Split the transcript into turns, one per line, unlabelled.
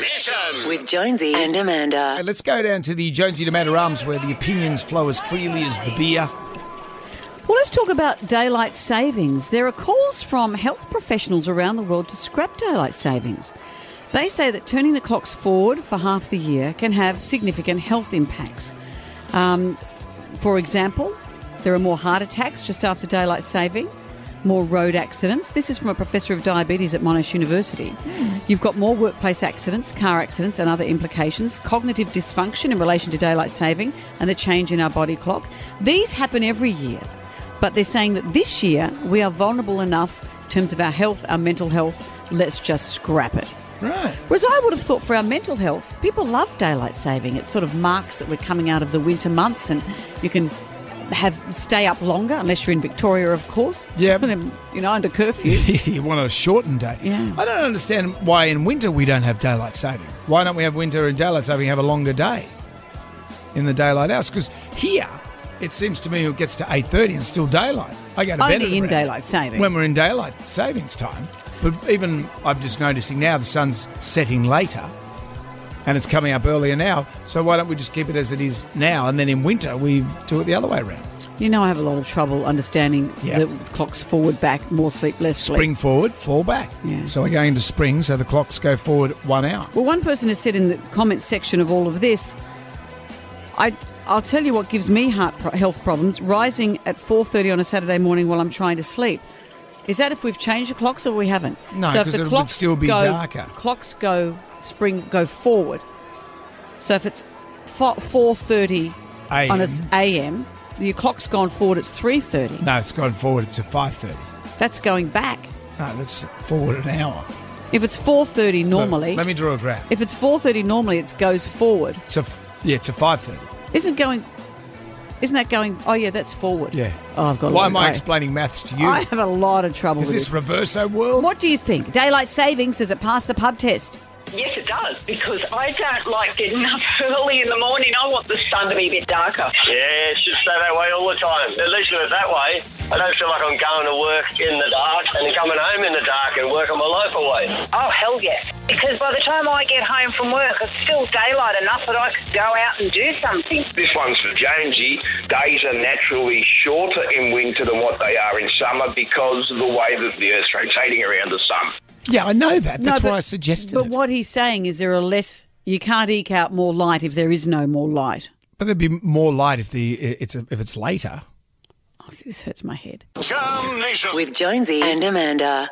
Mission.
With Jonesy and Amanda.
Hey, let's go down to the Jonesy Tomato Arms where the opinions flow as freely as the beer.
Well, let's talk about daylight savings. There are calls from health professionals around the world to scrap daylight savings. They say that turning the clocks forward for half the year can have significant health impacts. Um, for example, there are more heart attacks just after daylight saving, more road accidents. This is from a professor of diabetes at Monash University. You've got more workplace accidents, car accidents, and other implications, cognitive dysfunction in relation to daylight saving, and the change in our body clock. These happen every year, but they're saying that this year we are vulnerable enough in terms of our health, our mental health. Let's just scrap it.
Right.
Whereas I would have thought for our mental health, people love daylight saving. It sort of marks that we're coming out of the winter months and you can have stay up longer, unless you're in Victoria, of course.
Yeah.
And then, you know, under curfew.
you want a shortened day.
Yeah.
I don't understand why in winter we don't have daylight saving. Why don't we have winter and daylight saving have a longer day in the daylight hours? Because here, it seems to me it gets to 8.30 and still daylight. I go to bed
Only
at
in
around-
daylight saving.
When we're in daylight savings time. But even, I'm just noticing now, the sun's setting later and it's coming up earlier now. So why don't we just keep it as it is now? And then in winter, we do it the other way around.
you know, I have a lot of trouble understanding
Yeah.
the clocks forward, back, more sleep, less sleep.
Spring forward, fall back.
Yeah.
So we're going to spring, so the clocks go forward one hour.
Well, one person has said in the comments section of all of this, I, I'll tell you what gives me heart pro- health problems: rising at four thirty on a Saturday morning while I'm trying to sleep. Is that if we've changed the clocks or we haven't?
No,
so if
'cause
the
it would
clocks
still be
go,
darker.
Clocks go spring go forward. So if it's four thirty on a s- a.m., your clock's gone forward. It's three thirty.
No, it's gone forward to 5.30.
That's going back.
No, that's forward an hour.
If it's four thirty normally,
Look, let me draw a graph.
if it's four thirty normally, it goes forward.
to, f- yeah, to 5.30.
Isn't going? Isn't that going? Oh yeah, that's forward.
Yeah.
Oh, I've got. a
Why
long
am I
way.
explaining maths to you?
I have a lot of trouble
Is
with
this
this.
reverso world?
what do you think? Daylight savings does it pass the pub test?
Yes, it does, because I don't like getting up early in the morning. I want the sun to be a bit darker.
Yeah, it should stay that way all the time. At least with it that way, I don't feel like I'm going to work in the dark and coming home in the dark and working my life away.
Oh, hell yes. Because by the time I get home from work, it's still daylight enough that I could go out and do something.
This one's for Jonesy. Days are naturally shorter in winter than what they are in summer because of the way that the Earth's rotating around the sun.
Yeah, I know that. That's
No,
why
but-
I suggested
But
it.
what he's saying is there are less. You can't eke out more light if there is no more light.
But there'd be more light if the it's if it's later.
Oh, see, this hurts my head.
Jam Nation.
With Jonesy and Amanda.